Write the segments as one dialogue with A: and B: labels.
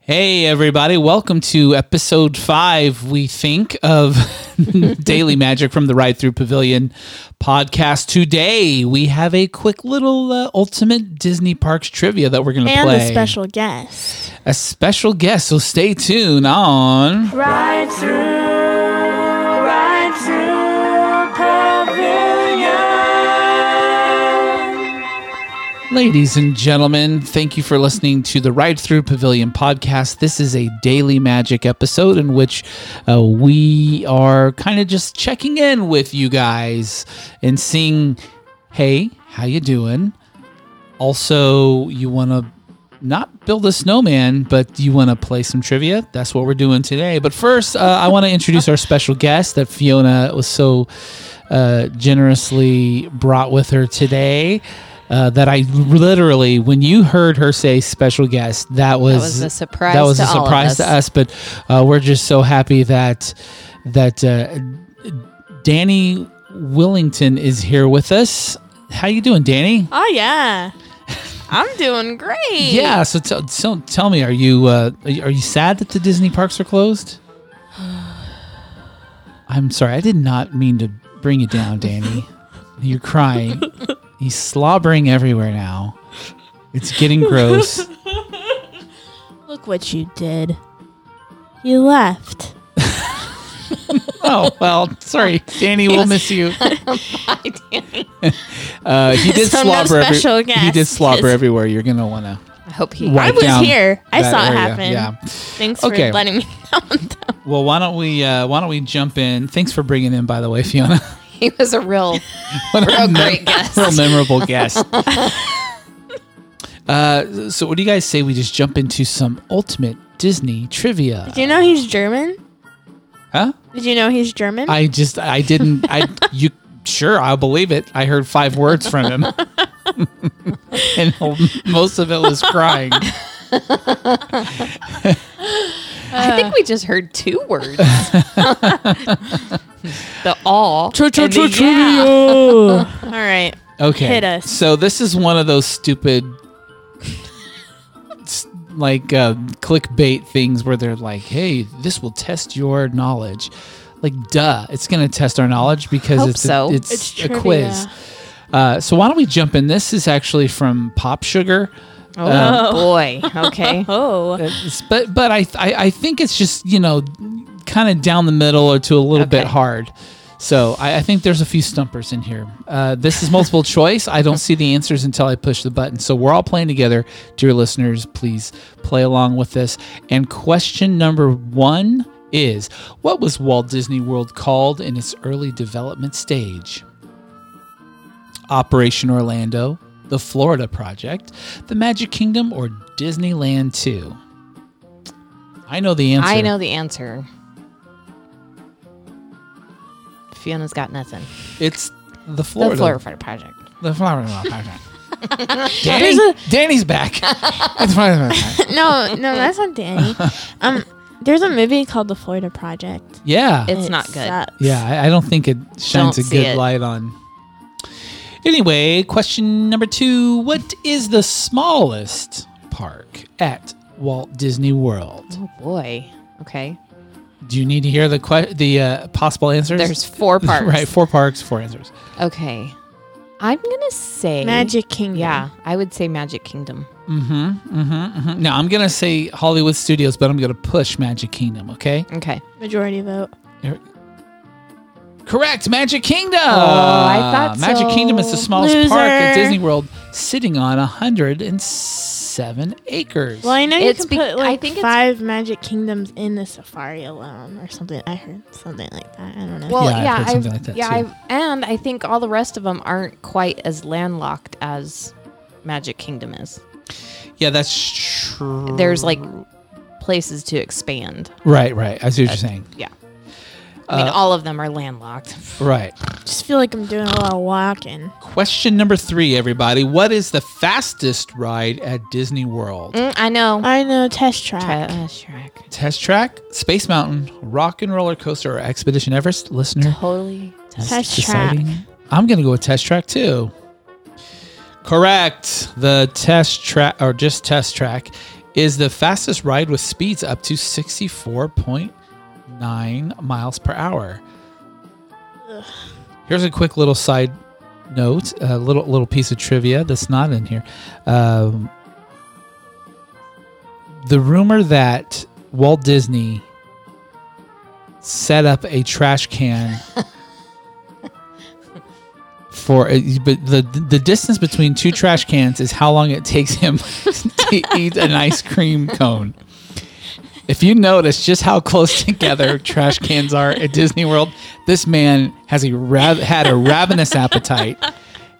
A: Hey, everybody. Welcome to episode five, we think, of Daily Magic from the Ride Through Pavilion podcast. Today, we have a quick little uh, Ultimate Disney Parks trivia that we're going to
B: And
A: play.
B: a special guest.
A: a special guest. So stay tuned on.
C: Right through, right through pavilion.
A: Ladies and gentlemen, thank you for listening to the Ride Through Pavilion podcast. This is a daily magic episode in which uh, we are kind of just checking in with you guys and seeing, hey, how you doing? Also, you want to not build a snowman, but you want to play some trivia? That's what we're doing today. But first, uh, I want to introduce our special guest that Fiona was so uh, generously brought with her today. Uh, that I literally, when you heard her say special guest, that was
D: was a surprise
A: That was
D: to
A: a
D: all of
A: surprise to us, but uh, we're just so happy that that uh, Danny Willington is here with us. How you doing, Danny?
B: Oh yeah, I'm doing great.
A: Yeah. So, tell so tell me, are you uh, are you are you sad that the Disney parks are closed? I'm sorry, I did not mean to bring you down, Danny. You're crying. He's slobbering everywhere now. It's getting gross.
B: Look what you did. You left.
A: Oh well, sorry, Danny. We'll miss you. Uh, he did
B: So no
A: slobber. every-
B: special
A: he did
B: guest.
A: slobber everywhere. You're gonna wanna.
D: I hope he.
A: Wow.
B: I was
A: down
B: here. I
A: that
B: saw it
A: area,
B: happen.
A: yeah.
B: Thanks
A: Okay.
B: for letting me know.
A: Well, why don't we? Uh, why don't we jump in? Thanks for bringing in, by the way, Fiona.
D: He was a real,
A: What a
D: real
A: mem-
D: great guest.
A: real memorable guest. uh, so, what do you guys say we just jump into some ultimate Disney trivia?
B: Do you know he's German?
A: Huh?
B: Did you know he's German?
A: I just I didn't I you sure I'll believe it. I heard five words from him. and most of it was crying.
D: I think we just heard two words. the all. and the yeah.
B: All right.
A: Okay.
B: Hit us.
A: So this is one of those stupid s- like uh, clickbait things where they're like, "Hey, this will test your knowledge." Like, duh, it's going to test our knowledge because
D: Hope
A: it's
D: so.
A: a, it's,
B: It's
A: a
B: trivia.
A: quiz. Uh, so why don't we jump in? This is actually from Pop Sugar.
D: Oh, boy. Okay.
B: Oh,
A: It's- but but I, I I think it's just you know kind of down the middle or to a little bit
D: Okay.
A: hard. So I, I think there's a few stumpers in here. Uh, this is multiple choice. I don't see the answers until I push the button. So we're all playing together, dear listeners. Please play along with this. And question number one is: What was Walt Disney World called in its early development stage? Operation Orlando, the Florida Project, the Magic Kingdom, or Disneyland 2? I know the answer.
D: I know the answer. Fiona's got nothing.
A: It's the Florida.
D: The Florida Fighter Project.
A: The Florida Project. Danny, Danny's back. It's Florida Project.
B: no, no, that's not Danny. Um, there's a movie called The Florida Project.
A: yeah.
D: It's not good.
B: sucks.
A: yeah, I, I don't think it shines
D: Don't
A: a
D: see
A: good
D: it.
A: light on. Anyway, question number two What is the smallest park at Walt Disney World?
D: Oh boy. Okay.
A: Do you need to hear the que- the uh, possible answers?
D: There's four parts.
A: right, four parks, four answers.
D: Okay. I'm gonna say
B: Magic Kingdom.
D: Yeah, I would say Magic Kingdom.
A: Mm-hmm. Now I'm gonna say Hollywood Studios, but I'm gonna push Magic Kingdom. Okay,
D: Okay.
B: Majority vote.
A: Er- correct. Magic Kingdom.
D: Oh, I thought
A: Magic Kingdom is the
D: so.
A: smallest park at
B: Loser.
A: Disney World, sitting on 107 acres.
B: Well, I know you
D: It's
B: can
D: bec-
B: put
D: I
B: like
D: think it's-
B: five Magic Kingdoms in the safari alone, or something. I heard something like that. I don't know.
A: Yeah,
D: Well,
A: I've
D: yeah,
A: heard
D: I've
A: something like that,
D: yeah,
A: too.
D: I've, and I think all the rest of them aren't quite as landlocked as Magic Kingdom is.
A: yeah, that's true.
D: There's like places to expand.
A: right, right. I see what you're saying.
D: Yeah, I mean, all of them are landlocked.
A: Right.
B: just feel like I'm doing a lot of walking.
A: Question number three, everybody. What is the fastest ride at Disney World?
D: Mm, I know.
B: I know test track.
D: Uh, Shrek.
A: Test Track, Space Mountain, Rock and Roller Coaster, or Expedition Everest? Listener,
D: Totally.
B: Test
A: deciding.
B: track.
A: I'm gonna go with Test Track too. Correct. The Test Track, or just Test Track, is the fastest ride with speeds up to 64.9 miles per hour. Here's a quick little side note, a little little piece of trivia that's not in here. Um, the rumor that Walt Disney set up a trash can for uh, but the the distance between two trash cans is how long it takes him to eat an ice cream cone. If you notice just how close together trash cans are at Disney World, this man has a rav- had a ravenous appetite.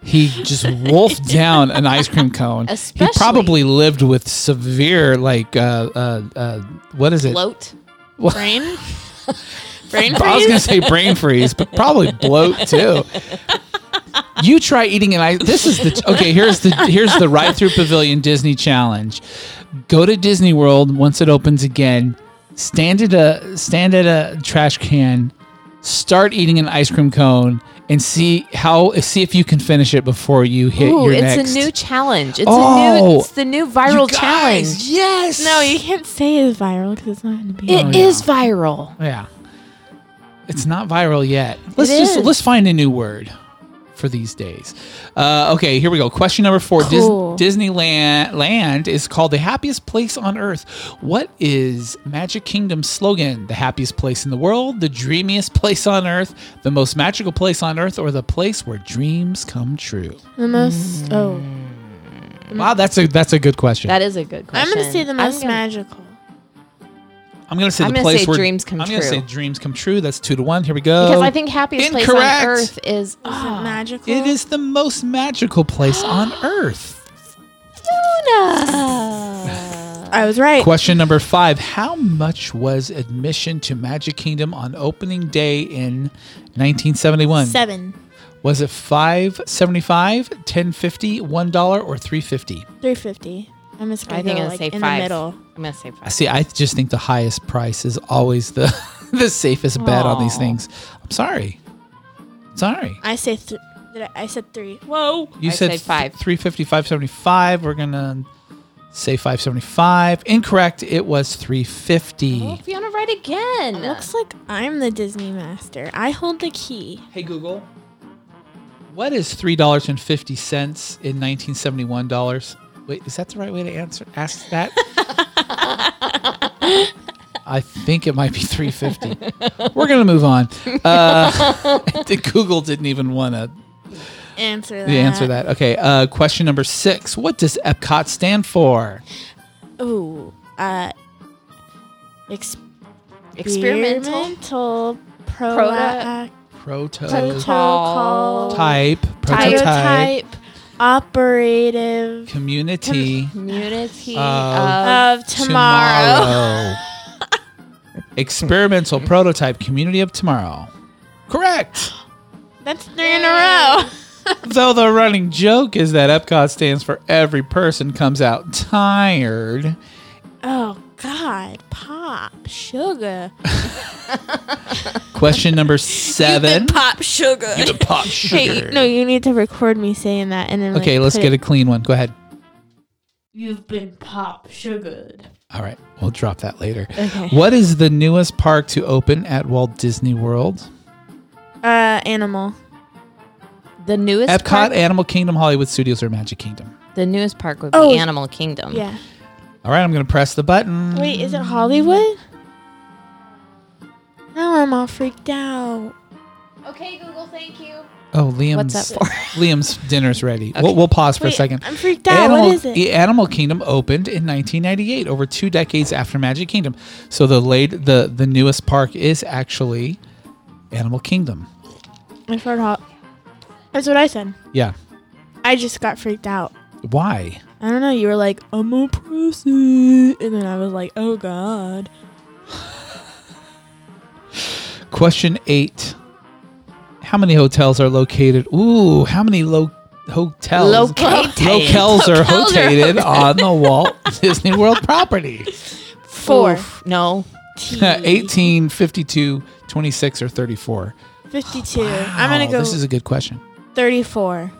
A: He just wolfed down an ice cream cone.
D: Especially-
A: He probably lived with severe like uh, uh, uh, what is it?
D: Bloat.
B: Brain? Brain
A: I was
B: freeze?
A: gonna say brain freeze, but probably bloat too. You try eating an ice. This is the okay. Here's the here's the ride through pavilion Disney challenge. Go to Disney World once it opens again. Stand at a stand at a trash can. Start eating an ice cream cone and see how see if you can finish it before you hit
D: Ooh,
A: your
D: it's
A: next.
D: a new challenge. It's a
A: Oh.
D: new. It's the new
A: You
D: viral
A: guys,
D: challenge.
A: Yes.
B: No, you can't say it's viral because it's not going to be.
D: It is
A: Oh, yeah.
D: viral.
A: Yeah. It's not viral yet. Let's
D: It
A: just
D: is.
A: let's find a new word for these days. Uh, okay, here we go. Question number four. Dis-
D: Cool.
A: Disneyland land is called the happiest place on earth. What is Magic Kingdom's slogan? The happiest place in the world, the dreamiest place on earth, the most magical place on earth, or the place where dreams come true?
B: the
D: Mm.
B: most. Oh.
A: Wow, that's a that's a good question.
D: That is a good question.
B: I'm going to say the
D: I'm
B: most
D: gonna-
B: magical.
A: I'm gonna say
D: I'm
A: the
D: gonna
A: place
D: say
A: where
D: dreams come
A: I'm gonna
D: true.
A: say dreams come true. That's two to one. Here we go.
D: Because I think happiest place
A: Incorrect.
D: on earth is. Oh,
B: magical.
A: It is the most magical place on earth.
B: I was right.
A: Question number five How much was admission to Magic Kingdom on opening day in 1971?
B: Seven.
A: Was it 575, 1050, $1, or 350
B: Three fifty. I'm just gonna
D: I think
B: go,
D: I'm
B: like,
D: gonna say
B: in
D: five.
B: the middle.
D: I'm gonna say five.
A: See, I just think the highest price is always the, the safest bet on these
D: Aw.
A: things. I'm sorry. Sorry.
B: I say th- did I, I said three. Whoa.
A: You
D: I
A: said,
D: said five.
A: 350, 575. We're going to say 575. Incorrect. It was 350.
D: Oh, Fiona, right again.
B: Looks like I'm the Disney master. I hold the key.
A: Hey Google, what is three dollars and fifty cents in nineteen seventy one dollars? Wait, is that the right way to answer ask that? I think it might be three fifty. We're gonna move on. Uh, Google didn't even want to
B: Answer that.
A: answer that. Okay, uh, question number six. What does Epcot stand for?
B: Ooh. Uh. Ex-
D: experimental.
B: experimental prototype.
A: Prototype,
B: Protocol.
A: prototype,
B: Prototype. Operative.
A: community.
D: Community
A: Uh,
D: of
B: Of tomorrow.
A: Experimental prototype community of tomorrow. Correct.
B: That's three in a row.
A: Though the running joke is that Epcot stands for every person comes out tired.
B: Oh God, pop sugar.
A: Question number seven.
B: Pop sugar.
A: You the pop
B: Hey, no, you need to record me saying that, and then like,
A: okay, let's
B: put
A: get a clean one. Go ahead.
B: You've been pop sugared.
A: All right, we'll drop that later.
B: Okay.
A: What is the newest park to open at Walt Disney World?
B: Uh, animal.
D: the newest
A: Epcot,
D: Park,
A: Animal Kingdom, Hollywood Studios, or Magic Kingdom?
D: the newest park would be
B: Oh.
D: Animal Kingdom.
A: Um,
B: Yeah.
A: All right, I'm going to press the button.
B: Wait, is it Hollywood? Now I'm all freaked out.
D: Okay, Google. Thank you.
A: Oh, Liam's
D: What's that for?
A: Liam's dinner's ready. We'll, we'll pause for
B: Wait,
A: a second.
B: I'm freaked out.
A: Animal,
B: what is it?
A: the Animal Kingdom opened in 1998, over two decades after Magic Kingdom. So the late the the newest park is actually Animal Kingdom.
B: I heard hot. That's what I said.
A: Yeah.
B: I just got freaked out.
A: Why?
B: I don't know. You were like, I'm a person, and then I was like, Oh God.
A: Question eight. How many hotels are located? Ooh, how many lo- hotels?
D: Located.
A: Locales are located on the Walt Disney World property.
B: Four.
D: Oof, no.
A: 18, 52, 26, or 34.
B: 52. I'm gonna
A: Wow,
B: go
A: This is a good question.
B: 34.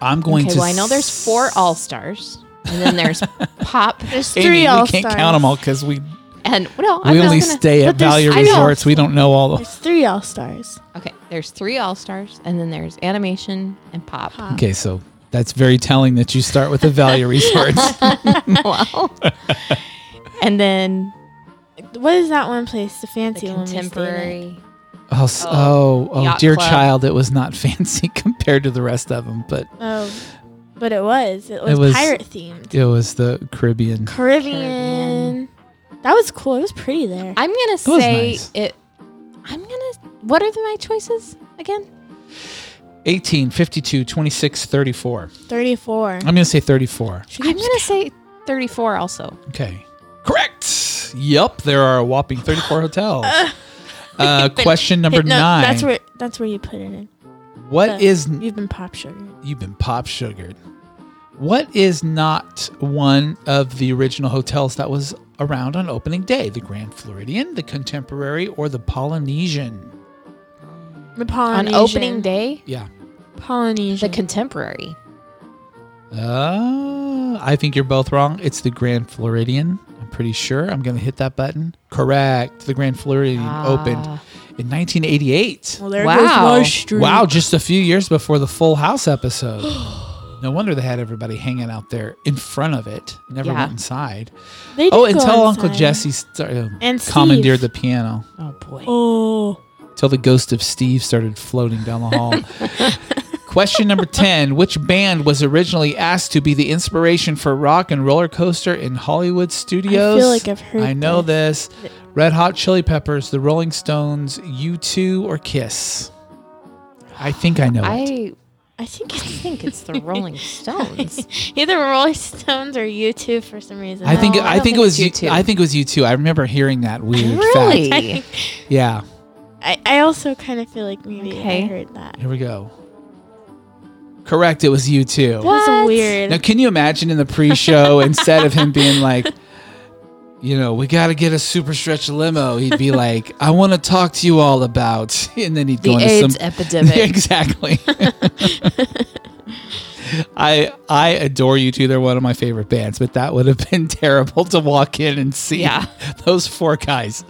A: I'm going
D: okay,
A: to.
D: well, I know there's four All Stars. And then there's Pop.
B: There's
A: Amy,
B: three all
A: we can't
B: stars.
A: count them all because we
D: And well, I'm
A: we
D: not
A: only
D: gonna-
A: stay at
B: but there's-
A: Value
D: I know.
A: Resorts. We don't know all the.
B: There's three all stars.
D: Okay, there's three All Stars, and then there's animation and pop.
B: Pop.
A: Okay, so that's very telling that you start with the Value Resorts.
D: well, and then
B: What is that one place? The
D: the
B: fancy one. we stayed at?
D: contemporary.
A: Oh, s- oh,
D: Oh,
A: oh,
D: Yacht
A: dear
D: Club.
A: child, it was not fancy compared to the rest of them, but
B: Oh, but it was. It was,
A: was-
B: pirate themed.
A: it was the Caribbean.
B: Caribbean. That was cool. It was pretty there.
D: I'm gonna
A: was
D: say
A: nice.
D: it. I'm gonna. What are the, my choices again?
A: 18, 52, 26, 34.
B: 34.
A: I'm going to say 34.
B: Should we
D: I'm
B: just-
D: gonna say 34 also.
A: Okay. Correct. Yup, there are a whopping 34 hotels. Uh, question number
B: Hey, no,
A: nine.
B: That's where that's where you put it in.
A: what
B: the-
A: is-
B: You've been pop sugar.
A: You've been pop sugared. What is not one of the original hotels that was around on opening day? The Grand Floridian, the Contemporary, or the Polynesian?
B: The
D: On
B: Polynesian.
D: opening day,
A: Yeah.
D: the
B: Polynesian.
D: contemporary.
A: Uh, I think you're both wrong. It's the Grand Floridian. I'm pretty sure. I'm going to hit that button. Correct. The Grand Floridian opened
D: Ah.
A: in 1988.
B: well, there
D: Wow.
B: goes my street.
A: Wow, just a few years before the Full House episode. no wonder they had everybody hanging out there in front of it. Never
D: Yeah.
A: went inside.
B: They did
A: oh,
B: go
A: until Uncle
B: inside.
A: Jesse started,
B: And
A: commandeered the
B: Steve.
A: piano.
D: Oh boy.
B: Oh,
A: Till the ghost of Steve started floating down the hall. Question number 10 Which band was originally asked to be the inspiration for rock and roller coaster in Hollywood studios?
B: like I've heard
A: I know this. Red Hot Chili Peppers, The Rolling Stones, U2, or Kiss? I think I know it.
D: I
B: I think
D: I
B: it's
D: think it's the Rolling Stones.
B: either Rolling Stones or U two for some reason.
A: I think
D: No, I
A: I,
D: don't
A: think
D: think
A: it was
D: it's
A: U2.
D: U2.
A: I think it was U2. I remember hearing that weird fact.
D: really?
A: Yeah.
B: I, I also kind of feel like maybe
D: Okay.
B: I heard that.
A: Here we go. Correct. It was U2.
B: That
D: What?
B: was weird.
A: Now, can you imagine in the pre-show instead of him being like, you know, we got to get a super stretch limo, he'd be like, I want to talk to you all about, and then he'd
D: The
A: go into
D: AIDS
A: some
D: epidemic.
A: exactly. I I adore you two. They're one of my favorite bands, but that would have been terrible to walk in and see
D: Yeah.
A: those four guys.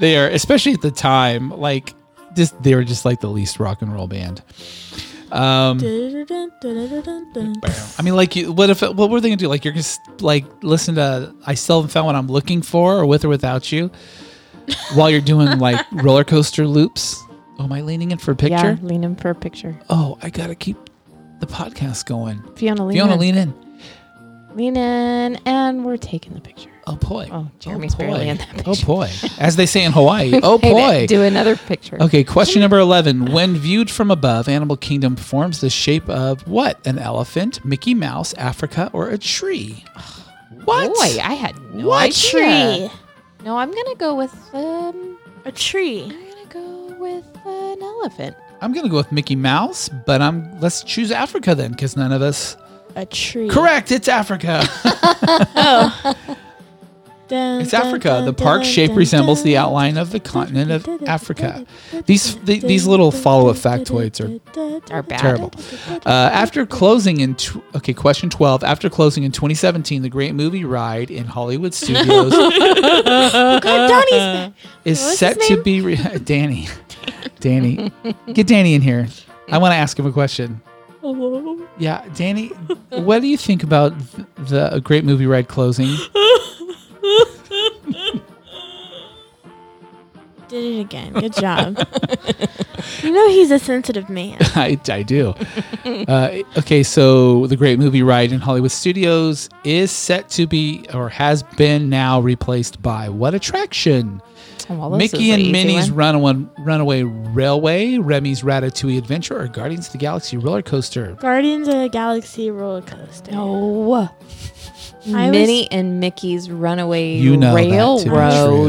A: They are especially at the time, like just they were just like the least rock and roll band. Um,
B: Dun-dun-dun, dun-dun-dun-dun.
A: I mean, like, you, what if? What were they gonna do? Like, you're gonna s- like listen to "I Still Haven't Found What I'm Looking For" or "With or Without You," while you're doing like roller coaster loops. Oh, am I leaning in for a
D: Yeah,
A: picture?
D: lean in for a picture.
A: Oh, I gotta keep the podcast going.
D: Fiona, lean
A: Fiona,
D: in.
A: lean in.
D: Lean in, and we're taking the picture.
A: Oh boy.
D: Oh, Jeremy's barely in that
A: Oh
D: picture.
A: boy. As they say in Hawaii. Oh
D: Hey,
A: boy.
D: Do another picture.
A: Okay, question number 11. When viewed from above, Animal Kingdom forms the shape of what? An elephant, Mickey Mouse, Africa, or a tree? What?
D: Boy, I had no
A: What
D: idea.
B: Tree.
D: No, I'm gonna go with um.
B: A tree.
D: I'm gonna go with an elephant.
A: I'm gonna go with Mickey Mouse, but I'm let's choose Africa then, because none of us.
B: A tree.
A: Correct, it's Africa.
B: Dun,
A: it's
B: dun,
A: Africa.
B: dun,
A: The park
B: dun,
A: shape
B: dun,
A: resembles the
B: dun.
A: outline of the continent of Africa. These the, these little follow up factoids are
D: Are bad.
A: terrible. Uh, after closing in tw- okay, question twelve. After closing in 2017, the Great Movie Ride in Hollywood studios
B: God, Donnie's
A: is
B: What was
A: set
B: his
A: to be re- Danny. Danny, get Danny in here. I want to ask him a question.
D: Oh.
B: Hello.
A: Yeah, Danny, what do you think about th- the Great Movie Ride closing?
B: Did it again. Good job. you know he's a sensitive man.
A: I, I do. uh, okay, so the Great Movie Ride in Hollywood Studios is set to be or has been now replaced by what attraction?
D: Oh, well, this
A: Mickey
D: is
A: and
D: easy
A: Minnie's
D: one.
A: Runaway, Runaway Railway, Remy's Ratatouille Adventure, or Guardians of the Galaxy roller coaster?
B: Guardians of the Galaxy roller coaster.
D: No.
B: I was-
D: Minnie and Mickey's Runaway
A: You know that to be
D: Railroad.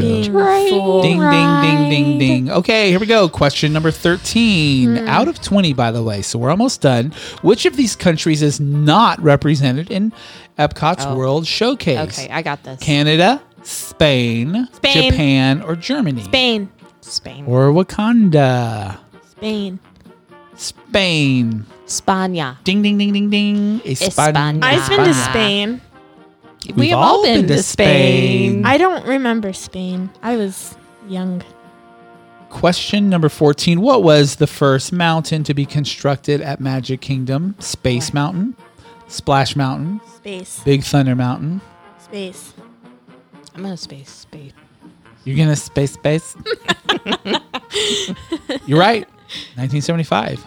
A: true.
B: Ding,
D: Right.
B: fool.
A: Ding, ding, ding, ding,
D: Right.
A: ding. Okay, here we go. Question number 13. Out of 20, by the way, so we're almost done. Which of these countries is not represented in Epcot's
D: Oh.
A: World Showcase?
D: Okay, I got this.
A: Canada, Spain,
B: Spain.
A: Japan, or Germany?
B: Spain.
D: Spain.
A: Or Wakanda.
B: Spain.
A: Spain.
D: Spania.
A: Ding, ding, ding, ding, ding. Espan-
D: España.
B: I've been to
A: España.
B: Spain.
D: we have all been, to Spain.
B: I don't remember Spain. I was young.
A: Question number 14 What was the first mountain to be constructed at Magic Kingdom? Space Mountain, Splash Mountain,
B: Space.
A: Big Thunder Mountain.
B: Space.
D: I'm gonna space space.
A: You're going to space space? You're right. 1975.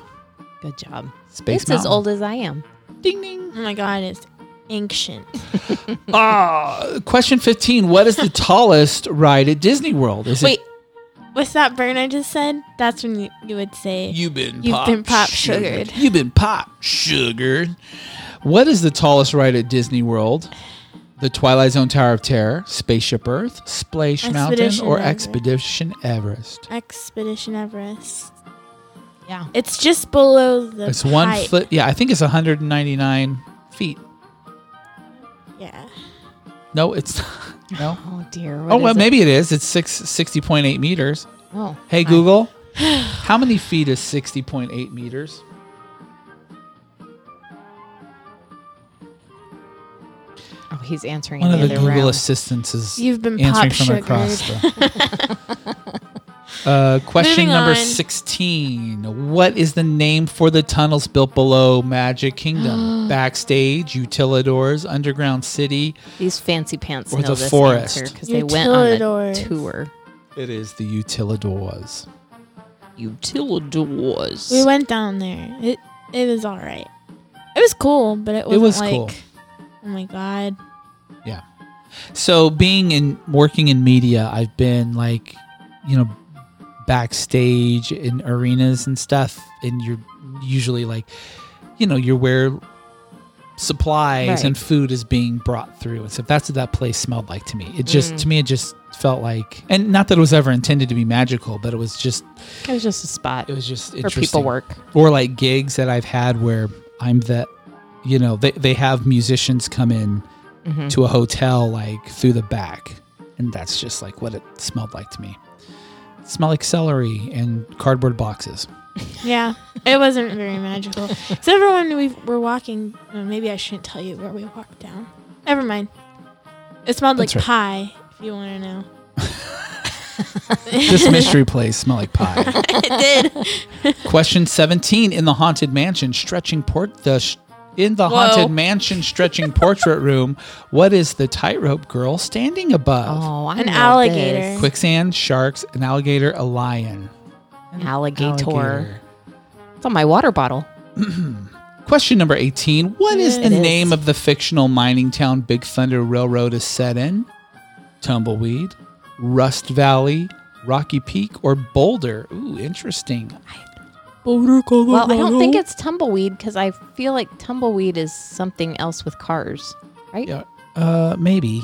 D: Good job.
A: Space
D: it's
A: Mountain.
D: as old as I am.
A: Ding ding.
B: Oh my god, it's ancient.
A: Ah, question 15 What is the tallest ride at Disney World? Is
D: Wait,
B: What's that burn I just said? That's when you, you would say
A: it You've been
B: You've
A: pop
B: been pop
A: sugared.
B: sugared.
A: You've been pop sugared. What is the tallest ride at Disney World? The Twilight Zone Tower of Terror, Spaceship Earth, Splash Mountain,
B: Expedition
A: or
B: Everest.
A: Expedition Everest?
B: Expedition Everest.
D: yeah.
B: It's just below the
A: It's one
B: height.
A: foot. Yeah, I think it's 199 feet.
B: Yeah.
A: No, it's no.
D: Oh dear.
A: Oh
D: what
A: well,
D: is it?
A: maybe it is. It's six sixty point eight meters.
D: Oh,
A: Hey
D: my-
A: Google, how many feet is sixty point eight meters?
D: Oh, he's answering
A: One
D: the
A: of the
D: other
A: Google
D: round.
A: assistants is
B: You've been
A: answering
B: pop
A: from
B: sugared.
A: across. The, uh, question
B: Moving
A: number
B: on.
A: sixteen: What is the name for the tunnels built below Magic Kingdom? Backstage, Utilidors, Underground City.
D: These fancy pants
A: Or
D: know
A: the
D: this
A: forest.
D: because they went on a
B: Utilidors.
D: tour.
A: It is the Utilidors.
D: Utilidors.
B: We went down there. It it was all right. It was cool, but it,
A: It
B: wasn't
A: was
B: like,
A: cool.
B: Oh my god.
A: So being in working in media, I've been like, you know, backstage in arenas and stuff, and you're usually like, you know, you're where supplies
D: Right.
A: and food is being brought through and stuff. That's what that place smelled like to me. It
D: Mm.
A: just to me it just felt like and not that it was ever intended to be magical, but it was just
D: it was just a spot
A: it was just
D: where people
A: interesting
D: work.
A: or like gigs that I've had where I'm the, you know, they, they have musicians come in to a hotel like through the back. And that's just like what it smelled like to me. It smelled like celery and cardboard boxes.
B: Yeah, it wasn't very magical. So everyone we were walking. no, maybe I shouldn't tell you where we walked down. Never mind. It smelled
A: That's
B: like pie. If you want to know,
A: This mystery place smelled like pie. it did. Question 17 in the haunted mansion stretching port the sh- in the haunted mansion stretching portrait room, what is the tightrope girl standing above?
D: Oh, I
B: An
D: know
B: alligator.
D: this.
A: Quicksand, sharks, an alligator, a lion.
D: Alligator. It's on my water bottle.
A: Question number 18. What is
B: Yeah,
A: the
D: it is.
A: name of the fictional mining town Big Thunder Railroad is set in? Tumbleweed, Rust Valley, Rocky Peak, or Boulder? Ooh, interesting.
D: Well, I don't think it's tumbleweed because I feel like tumbleweed is something else with cars, right?
A: Yeah, uh, maybe.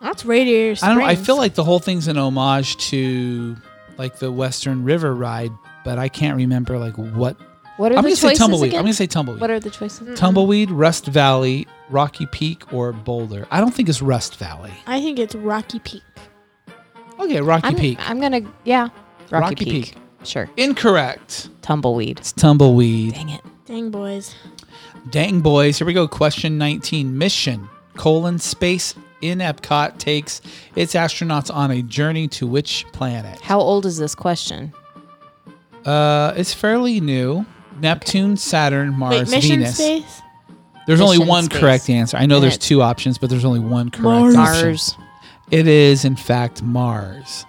B: that's Radiator Springs.
A: I don't know. I feel like the whole thing's an homage to like the Western River ride, but I can't remember like what.
D: What are
A: I'm
D: the
A: going to say
D: choices
A: Tumbleweed.
D: again?
A: I'm going to say Tumbleweed.
D: what are the choices?
A: Tumbleweed, Rust Valley, Rocky Peak, or Boulder? I don't think it's Rust Valley.
B: I think it's Rocky Peak.
A: Okay, Rocky
D: I'm,
A: Peak.
D: I'm gonna yeah. Rocky,
A: Rocky
D: Peak.
A: Peak.
D: Sure.
A: Incorrect.
D: Tumbleweed.
A: It's tumbleweed.
D: Dang it.
B: Dang boys.
A: Dang boys. Here we go. Question 19. Mission colon space in Epcot takes its astronauts on a journey to which planet?
D: How old is this question?
A: Uh, it's fairly new. Neptune, Saturn,
B: Wait,
A: Mars,
B: Mission
A: Venus.
B: Space.
A: There's only
D: Mission
A: one
D: space.
A: correct answer. I know there's
D: Planet.
A: two options, but there's only one correct
B: Mars.
A: option.
D: Mars.
A: It is, in fact, Mars.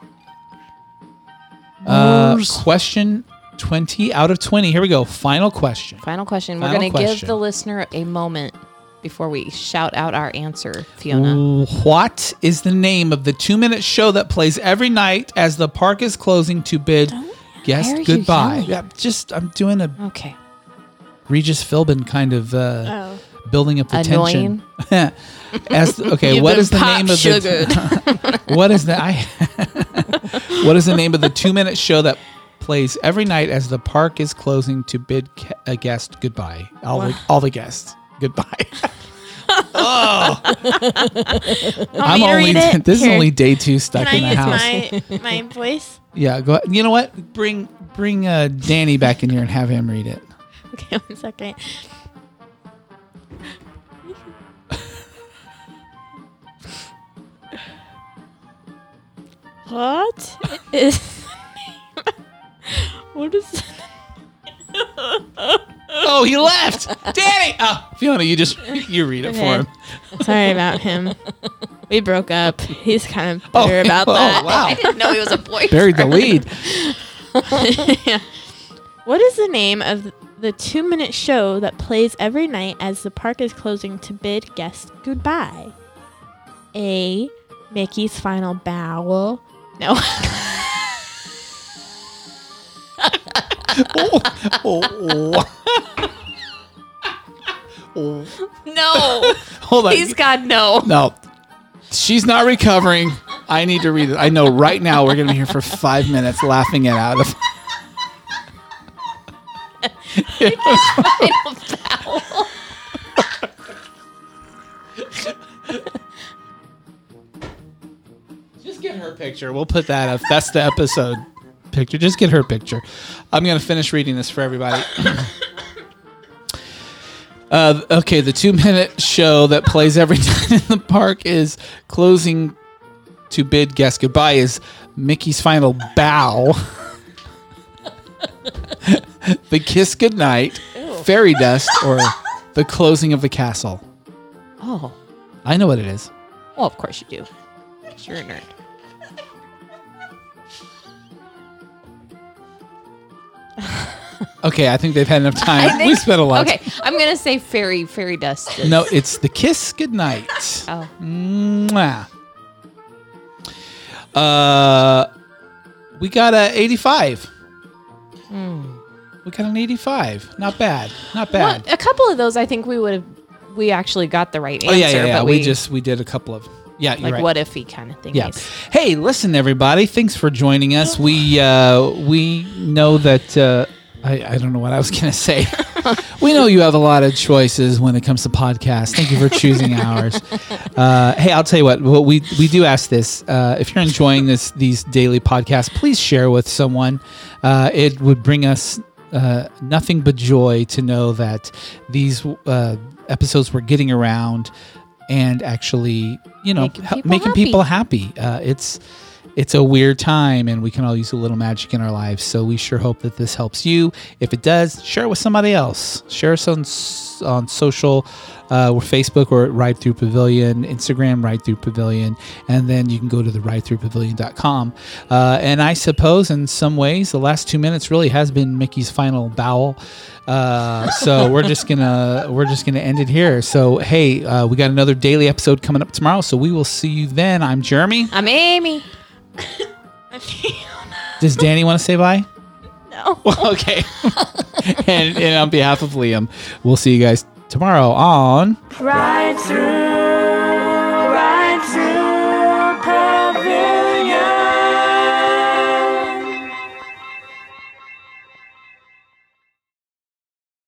A: Uh, question 20 out of 20. Here we go. Final question.
D: Final question. We're
A: Final
D: gonna
A: question.
D: give the listener a moment before we shout out our answer, Fiona.
A: What is the name of the two minute show that plays every night as the park is closing to bid
D: Why are
A: guest
D: you
A: goodbye?
D: yelling?
A: Yeah, just I'm doing a
D: Okay.
A: Regis Philbin kind of uh,
B: Oh,
A: building up the
D: Annoying.
A: tension. as okay,
B: You've
A: what
B: been
A: is the
B: pop
A: name of the what is the I, what is the name of the two minute show that plays every night as the park is closing to bid ca- a guest goodbye? All the all the guests goodbye. I'm
B: me to
A: only
B: read it?
A: this is
B: Here.
A: only day two stuck
B: can I
A: in the house.
B: use my my voice?
A: Yeah, go. You know what? Bring bring uh, Danny back in here and have him read it.
B: Okay, one second. What is? what is?
A: Oh, he left. Danny. Oh, Fiona, you just you read it
B: Okay.
A: for him.
B: Sorry about him. We broke up. He's kind of
A: Oh,
B: bitter about
A: oh,
B: that.
A: wow.
D: didn't know he was a boy.
A: Buried the lead.
B: Yeah. What is the name of the two-minute show that plays every night as the park is closing to bid guests goodbye? A. Mickey's final bow. No.
A: Oh, oh.
D: No,
A: Hold on.
D: he's God. No.
A: No. She's not recovering. I need to read it. I know right now we're going to be here for five minutes laughing it out of. Just get her picture. We'll put that up. That's the episode picture. Just get her picture. I'm going to finish reading this for everybody. Uh, okay, the two minute show that plays every night in the park is closing to bid guests goodbye is Mickey's final bow. the kiss goodnight, fairy dust, or the closing of the castle.
D: Oh,
A: I know what it is.
D: well, of course you do. 'Cause You're a nerd.
A: Okay, I think they've had enough time.
D: I think-
A: we spent a lot.
D: Okay, I'm gonna say fairy fairy dust. is-
A: No, it's the kiss goodnight.
D: Oh,
A: Mwah. Uh, we got a 85.
D: Hmm.
A: We got an 85. Not bad. Not
D: well,
A: bad.
D: a couple of those I think we would have. We actually got the right answer.
A: oh yeah, yeah, yeah.
D: But
A: We, just we did a couple of. Yeah, you're
D: like
A: right.
D: what if he kind of thing.
A: Yeah. Hey, listen, everybody. Thanks for joining us. We uh, we know that uh, I, I don't know what I was gonna say. we know you have a lot of choices when it comes to podcasts. Thank you for choosing ours. Uh, hey, I'll tell you what. What we we do ask this: uh, if you're enjoying this these daily podcasts, please share with someone. Uh, it would bring us uh, nothing but joy to know that these uh, episodes were getting around and actually, you know,
D: Making
A: hel-
D: people
A: making
D: happy.
A: people happy. Uh, it's it's a weird time, and we can all use a little magic in our lives. So we sure hope that this helps you. If it does, share it with somebody else. Share us on s- on social, uh, or Facebook, or at Ride Through Pavilion, Instagram, Ride Through Pavilion, and then you can go to the RideThroughPavilion.com. Uh, and I suppose in some ways, the last two minutes really has been Mickey's final bowel. Uh, so we're just gonna we're just gonna end it here. So hey, uh, we got another daily episode coming up tomorrow. So we will see you then. I'm Jeremy.
D: I'm Amy.
A: Does Danny want to say bye?
B: no.
A: Well, okay. and, and on behalf of Liam, we'll see you guys tomorrow on.
C: Right through, right through.